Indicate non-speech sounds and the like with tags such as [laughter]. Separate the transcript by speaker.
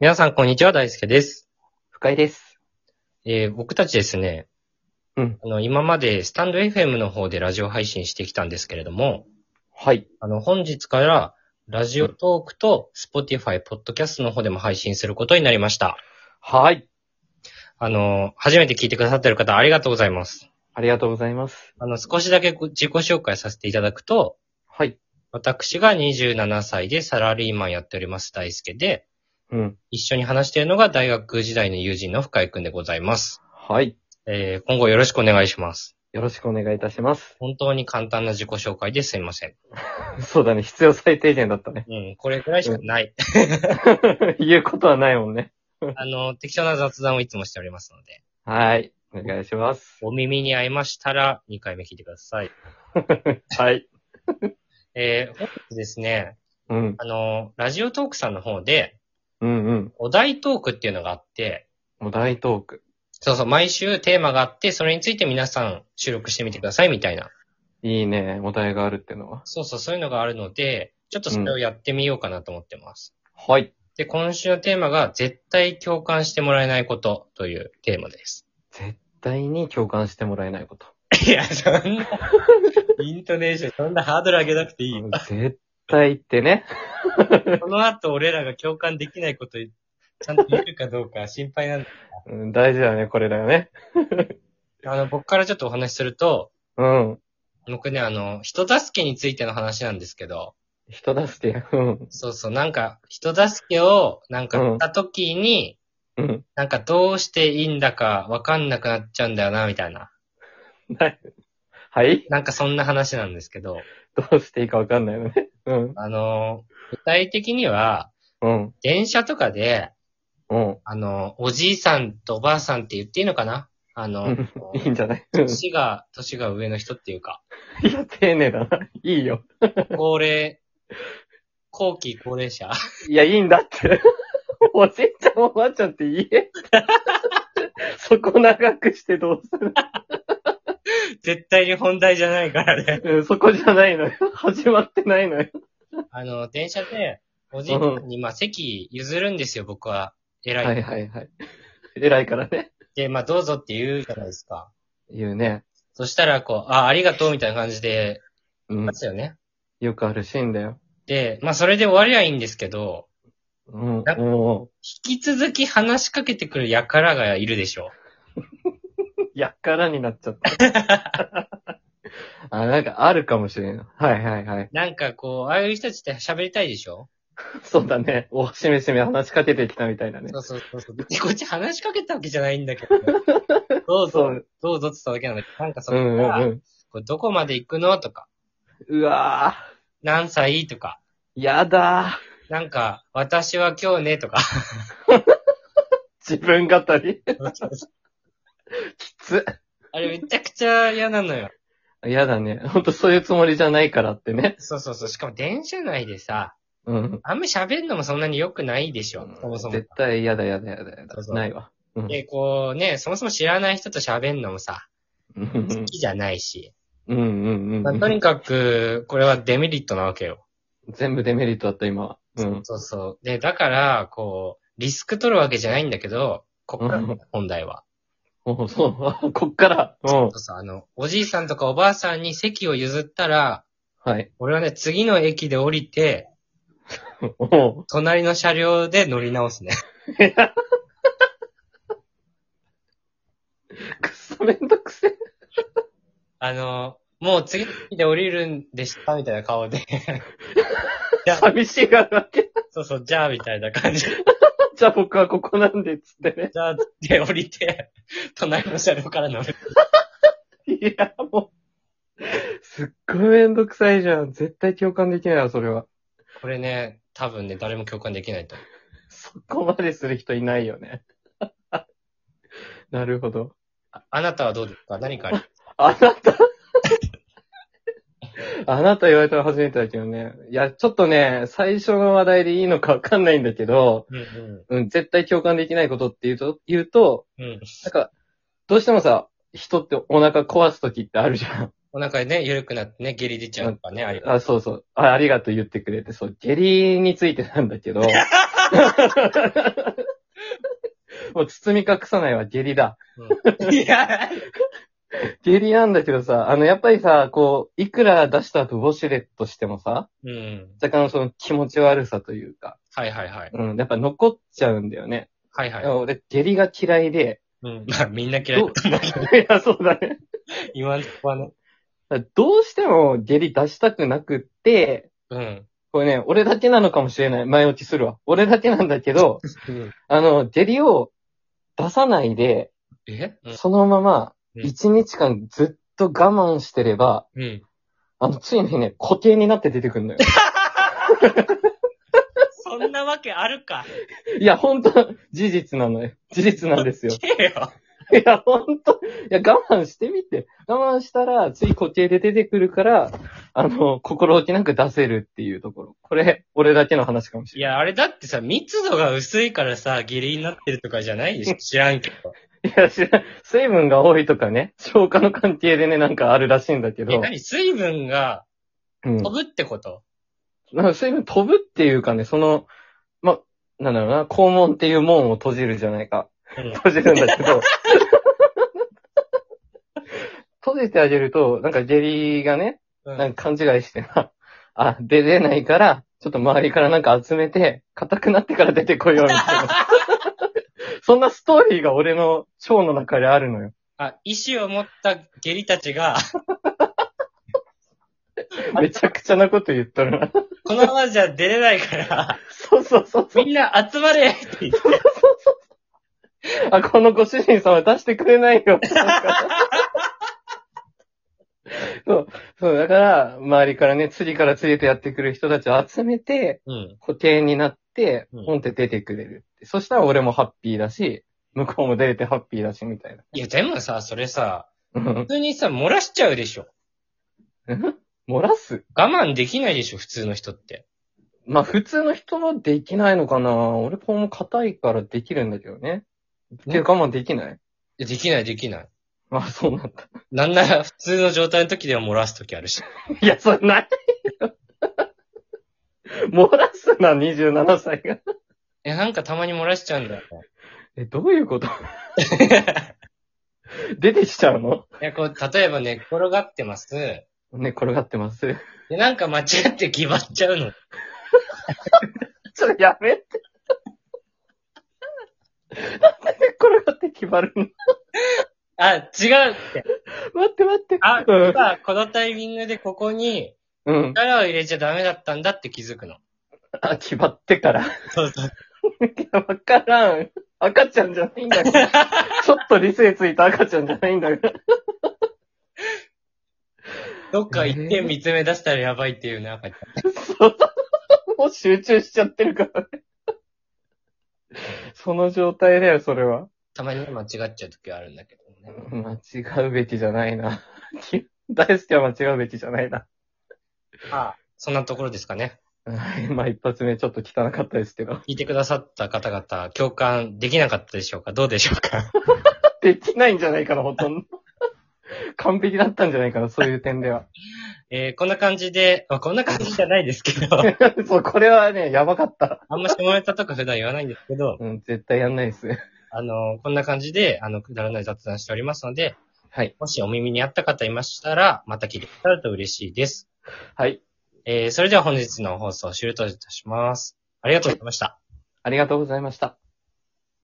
Speaker 1: 皆さん、こんにちは。大輔です。
Speaker 2: 深井です。
Speaker 1: えー僕たちですね、
Speaker 2: うん
Speaker 1: あの、今までスタンド FM の方でラジオ配信してきたんですけれども、
Speaker 2: はい。
Speaker 1: あの、本日から、ラジオトークと Spotify、ポッドキャストの方でも配信することになりました。
Speaker 2: はい。
Speaker 1: あの、初めて聞いてくださってる方、ありがとうございます。
Speaker 2: ありがとうございます。
Speaker 1: あの、少しだけご自己紹介させていただくと、
Speaker 2: はい。
Speaker 1: 私が27歳でサラリーマンやっております、大輔で、
Speaker 2: うん。
Speaker 1: 一緒に話しているのが大学時代の友人の深井くんでございます。
Speaker 2: はい。
Speaker 1: えー今後よろしくお願いします。
Speaker 2: よろしくお願いいたします。 [laughs]
Speaker 1: 本当に簡単な自己紹介ですいません。
Speaker 2: そうだね。必要最低限だったね。 [laughs]
Speaker 1: うん、これぐらいしかない。
Speaker 2: 言うことはないもんね。
Speaker 1: [laughs] あの、適当な雑談をいつもしておりますので、
Speaker 2: はい。お願いします。
Speaker 1: お耳に合いましたら2回目聞いてください。
Speaker 2: はい。
Speaker 1: えー、本日ですね、
Speaker 2: うん。
Speaker 1: あの、ラジオトークさんの方で、
Speaker 2: うんうん。
Speaker 1: お題トークっていうのがあって、
Speaker 2: もう大トーク。
Speaker 1: そうそう、毎週テーマがあって、それについて皆さん収録してみてくださいみたいな。
Speaker 2: いいね。お題があるってのは。
Speaker 1: そうそう、そういうのがあるので、ちょっとそれをやってみようかなと思ってます。
Speaker 2: はい。
Speaker 1: で、今週のテーマが、絶対共感してもらえないことというテーマです。
Speaker 2: 絶対に共感してもらえないこと。
Speaker 1: いや、そんな、イントネーション、そんなハードル上げなくていい。
Speaker 2: 絶対ってね。
Speaker 1: この後俺らが共感できないこと、ちゃんと言えるかどうか [laughs] 心配なんだ。
Speaker 2: うん、大事だね。これだよね。
Speaker 1: あの、僕からちょっとお話しすると、
Speaker 2: うん。
Speaker 1: 僕ね、あの、人助けについての話なんですけど、
Speaker 2: 人助け。うん。
Speaker 1: そうそう、なんか、人助けを、なんか、
Speaker 2: うん
Speaker 1: した時に、
Speaker 2: うん。
Speaker 1: なんかどうしていいんだかわかんなくなっちゃうんだよな、みたいな。
Speaker 2: はい。
Speaker 1: なんかそんな話なんですけど、
Speaker 2: どうしていいかわかんないよね。うん。
Speaker 1: あの、具体的には、
Speaker 2: うん。
Speaker 1: 電車とかで、
Speaker 2: うん。
Speaker 1: あの、おじいさんとおばあさんって言っていいのかなあの、
Speaker 2: いいんじゃない
Speaker 1: 年が、年が上の人っていうか、
Speaker 2: いや、丁寧だな。いいよ。
Speaker 1: 高齢、後期高齢者 [laughs]
Speaker 2: いや、いいんだって。おじいちゃんおばあちゃんって言え。 [laughs] そこ長くしてどうする
Speaker 1: 絶対に本題じゃないからね。
Speaker 2: うんそこじゃないのよ。始まってないのよ。
Speaker 1: あの、電車で、おじいちゃんに、まあ、席譲るんですよ、僕は。偉い。
Speaker 2: はいはいはい。偉いからね。
Speaker 1: で、まあ、どうぞって言うじゃないですか。
Speaker 2: 言うね。
Speaker 1: そしたら、こう、あ、ありがとうみたいな感じで、
Speaker 2: うん
Speaker 1: ま。すよね。
Speaker 2: よくあるシーンだよ。
Speaker 1: で、まあ、それで終わりはいいんですけど、
Speaker 2: うん。
Speaker 1: だ
Speaker 2: も
Speaker 1: 引き続き話しかけてくる輩がいるでしょ。
Speaker 2: う、やっからになっちゃった。 [laughs] あ、なんかあるかもしれん。はいはいはい。
Speaker 1: なんかこう、ああいう人たちって喋りたいでしょ
Speaker 2: そうだね。お、しめしめ話しかけてきたみたいなね
Speaker 1: そ。うそうそうそう。別にこっち話しかけたわけじゃないんだけど。
Speaker 2: [laughs]
Speaker 1: ど
Speaker 2: そ
Speaker 1: うぞ、
Speaker 2: う。
Speaker 1: どうぞって言っただけなんだけど、なんかそ
Speaker 2: うん
Speaker 1: こ
Speaker 2: う
Speaker 1: か
Speaker 2: んう
Speaker 1: ら、
Speaker 2: ん。
Speaker 1: これどこまで行くのとか、
Speaker 2: うわぁ。
Speaker 1: 何歳とか、
Speaker 2: やだ
Speaker 1: なんか、私は今日ねとか。 [laughs]
Speaker 2: ー。自分語りきつ。
Speaker 1: あれめちゃくちゃ嫌なのよ。
Speaker 2: やだね。ほんとそういうつもりじゃないからってね。
Speaker 1: そうそうそう。しかも電車内でさ、
Speaker 2: うん。
Speaker 1: あんま喋るのもそんなに良くないでしょ。そもそも。
Speaker 2: 絶対やだやだやだやだ。
Speaker 1: そうそう
Speaker 2: ないわ。うん。
Speaker 1: で、こうね、そもそも知らない人と喋るのもさ、
Speaker 2: うん
Speaker 1: 好きじゃないし。
Speaker 2: うんうん
Speaker 1: まあ
Speaker 2: う
Speaker 1: と
Speaker 2: ん。
Speaker 1: にかく、これはデメリットなわけよ。
Speaker 2: 全部デメリットだった、今は。うん。
Speaker 1: そうそう。で、だから、こう、リスク取るわけじゃないんだけど、こっから
Speaker 2: うん
Speaker 1: 本題は。
Speaker 2: おそう。こっから。うん
Speaker 1: そう。そう、あの、おじいさんとかおばあさんに席を譲ったら、
Speaker 2: はい。
Speaker 1: 俺はね、次の駅で降りて、
Speaker 2: おう
Speaker 1: 隣の車両で乗り直すね。
Speaker 2: くっそめんどくせえ。
Speaker 1: [laughs] あの、もう次の駅で降りるんでした、みたいな顔で。いや
Speaker 2: 寂しいがるわけ。
Speaker 1: [laughs] そうそう、じゃあ、みたいな感じ。
Speaker 2: じゃあ僕はここなんで、つってね。
Speaker 1: じゃあ、で降りて、隣の車両から乗る。
Speaker 2: いや、もう。すっごいめんどくさいじゃん。絶対共感できないわ、それは。
Speaker 1: これね、多分ね、誰も共感できないと思う。
Speaker 2: そこまでする人いないよね。なるほど。
Speaker 1: ああなたはどうですか何かあり
Speaker 2: あな
Speaker 1: [laughs]
Speaker 2: たあなた言われたら初めてだけどね。いや、ちょっとね、最初の話題でいいのかわかんないんだけど、
Speaker 1: うんう
Speaker 2: うん、絶対共感できないことって言うと、言うと、
Speaker 1: ん。うん。
Speaker 2: なんか、どうしてもさ、人ってお腹壊す時ってあるじゃん。
Speaker 1: お腹ね、緩くなってね、下痢出ちゃうとかね、あり [laughs]
Speaker 2: あ、そうそう。あ、ありがとう言ってくれて、そう、下痢についてなんだけど、もう包み隠さないわ、下痢だ。
Speaker 1: うんいや、
Speaker 2: 下痢なんだけどさ、あの、やっぱりさ、こう、いくら出した後ウォシュレットしてもさ、
Speaker 1: うん。
Speaker 2: 若干その気持ち悪さというか、
Speaker 1: はいはいはい。
Speaker 2: うん、やっぱ残っちゃうんだよね。
Speaker 1: はいはい。
Speaker 2: 俺、下痢が嫌いで、
Speaker 1: うん。まあ、みんな嫌い
Speaker 2: ど
Speaker 1: だ
Speaker 2: う [laughs] いや、そうだね。
Speaker 1: 今のとこはね。
Speaker 2: だからどうしても下痢出したくなくって、
Speaker 1: うん。
Speaker 2: これね、俺だけなのかもしれない。前置きするわ。俺だけなんだけ
Speaker 1: [laughs]
Speaker 2: ど、
Speaker 1: うん
Speaker 2: あの、下痢を出さないで、
Speaker 1: えうん
Speaker 2: そのまま、
Speaker 1: うん
Speaker 2: 1日間ずっと我慢してれば、
Speaker 1: うん。
Speaker 2: あの、ついにね、固形になって出てくるのよ。
Speaker 1: そんなわけあるか。
Speaker 2: いや、ほんと、事実なのよ。事実なんですよ。
Speaker 1: けよ。
Speaker 2: いや、ほんと、いや、我慢してみて。我慢したら、つい固形で出てくるから、あの、心置きなく出せるっていうところ。これ、俺だけの話かもし
Speaker 1: い
Speaker 2: れない。
Speaker 1: や、あれだってさ、密度が薄いからさ、ギリになってるとかじゃないでしょ知らんけど。
Speaker 2: いや、知らん水分が多いとかね、消化の関係でね、なんかあるらしいんだけ
Speaker 1: え、
Speaker 2: ど、
Speaker 1: 何水分が
Speaker 2: うん、
Speaker 1: 飛ぶってこと、
Speaker 2: なんか水分飛ぶっていうかね、その、ま、なんだろうな、肛門っていう門を閉じるじゃないか。
Speaker 1: うん
Speaker 2: 閉じるんだけど、閉じてあげると、なんか下痢がね、
Speaker 1: うん
Speaker 2: なんか勘違いしてな、あ、出れないから、ちょっと周りからなんか集めて、硬くなってから出てこようみたい
Speaker 1: [laughs]
Speaker 2: な。そんなストーリーが俺の腸の中であるのよ。
Speaker 1: あ、意志を持ったゲリたちが、 [laughs]
Speaker 2: めちゃくちゃなこと言っとるな。
Speaker 1: このままじゃ出れないから、 [laughs]
Speaker 2: そうそうそうそう。
Speaker 1: みんな集まれって言って
Speaker 2: [laughs] あ、このご主人様出してくれないよ。 [laughs] そう、そう、だから、周りからね、次から次へとやってくる人たちを集めて、
Speaker 1: うん。
Speaker 2: 固定になって
Speaker 1: うん、
Speaker 2: ポンって出てくれるって。そしたら俺もハッピーだし、向こうも出れてハッピーだし、みたいな。 [laughs]
Speaker 1: いや、でもさ、それさ、
Speaker 2: うん
Speaker 1: 普通にさ、漏らしちゃうでしょ。
Speaker 2: 漏らす
Speaker 1: 我慢できないでしょ、普通の人って。
Speaker 2: まあ、普通の人はできないのかな俺こうも硬いからできるんだけどね。
Speaker 1: うん
Speaker 2: ていうか我慢できない
Speaker 1: いやできない、できない。
Speaker 2: あ、そうなんだ。
Speaker 1: なんなら、普通の状態の時では漏らす時あるし。 [laughs]
Speaker 2: いや、それないよ。漏らすな、27歳が。
Speaker 1: え、なんかたまに漏らしちゃうんだよね。
Speaker 2: え、どういうこと [laughs] 出てきちゃうの
Speaker 1: いや、こう、例えば寝っ転がってます。で、
Speaker 2: ね、転がってます。
Speaker 1: なんか間違って決まっちゃうの。
Speaker 2: ちょっとやめて。なんで転がって決まるの
Speaker 1: あ、違うって。
Speaker 2: 待って待って。
Speaker 1: あ、
Speaker 2: うん
Speaker 1: 今、このタイミングでここに
Speaker 2: うん。
Speaker 1: 力を入れちゃダメだったんだって気づくの。 [laughs]
Speaker 2: あ、決まってから。い [laughs]
Speaker 1: そうそう。
Speaker 2: や、わからん。赤ちゃんじゃないんだ [laughs] から。ちょっと理性ついた赤ちゃんじゃないんだから。
Speaker 1: どっか一点見つめ出したらやばいっていうね、赤ち
Speaker 2: そう [laughs] もう集中しちゃってるからね。 [laughs] その状態だよ、それは。
Speaker 1: たまに間違っちゃう時あるんだけどね。
Speaker 2: 間違うべきじゃないな。 [laughs] 大好きは間違うべきじゃない [laughs] な。
Speaker 1: あそんなところですかね。
Speaker 2: はい、まあ一発目ちょっと汚かったですけど。
Speaker 1: 聞いてくださった方々、共感できなかったでしょうかどうでしょうか
Speaker 2: [laughs]
Speaker 1: [laughs]
Speaker 2: できないんじゃないかな、ほとんど。 [laughs] 完璧だったんじゃないかな、そういう点では。
Speaker 1: えー、こんな感じで、まあ、こんな感じじゃないですけど、
Speaker 2: [laughs] そう、これはね、やばかった。
Speaker 1: あんま下ネタとか普段言わないんですけど、
Speaker 2: うん、絶対やんないです。
Speaker 1: あの、こんな感じで、あの、くだらない雑談しておりますので、
Speaker 2: はい。
Speaker 1: もしお耳に合った方いましたら、また聞いてくださると嬉しいです。
Speaker 2: はい。
Speaker 1: えー、それでは本日の放送終了といたします。ありがとうございました。
Speaker 2: ありがとうございました。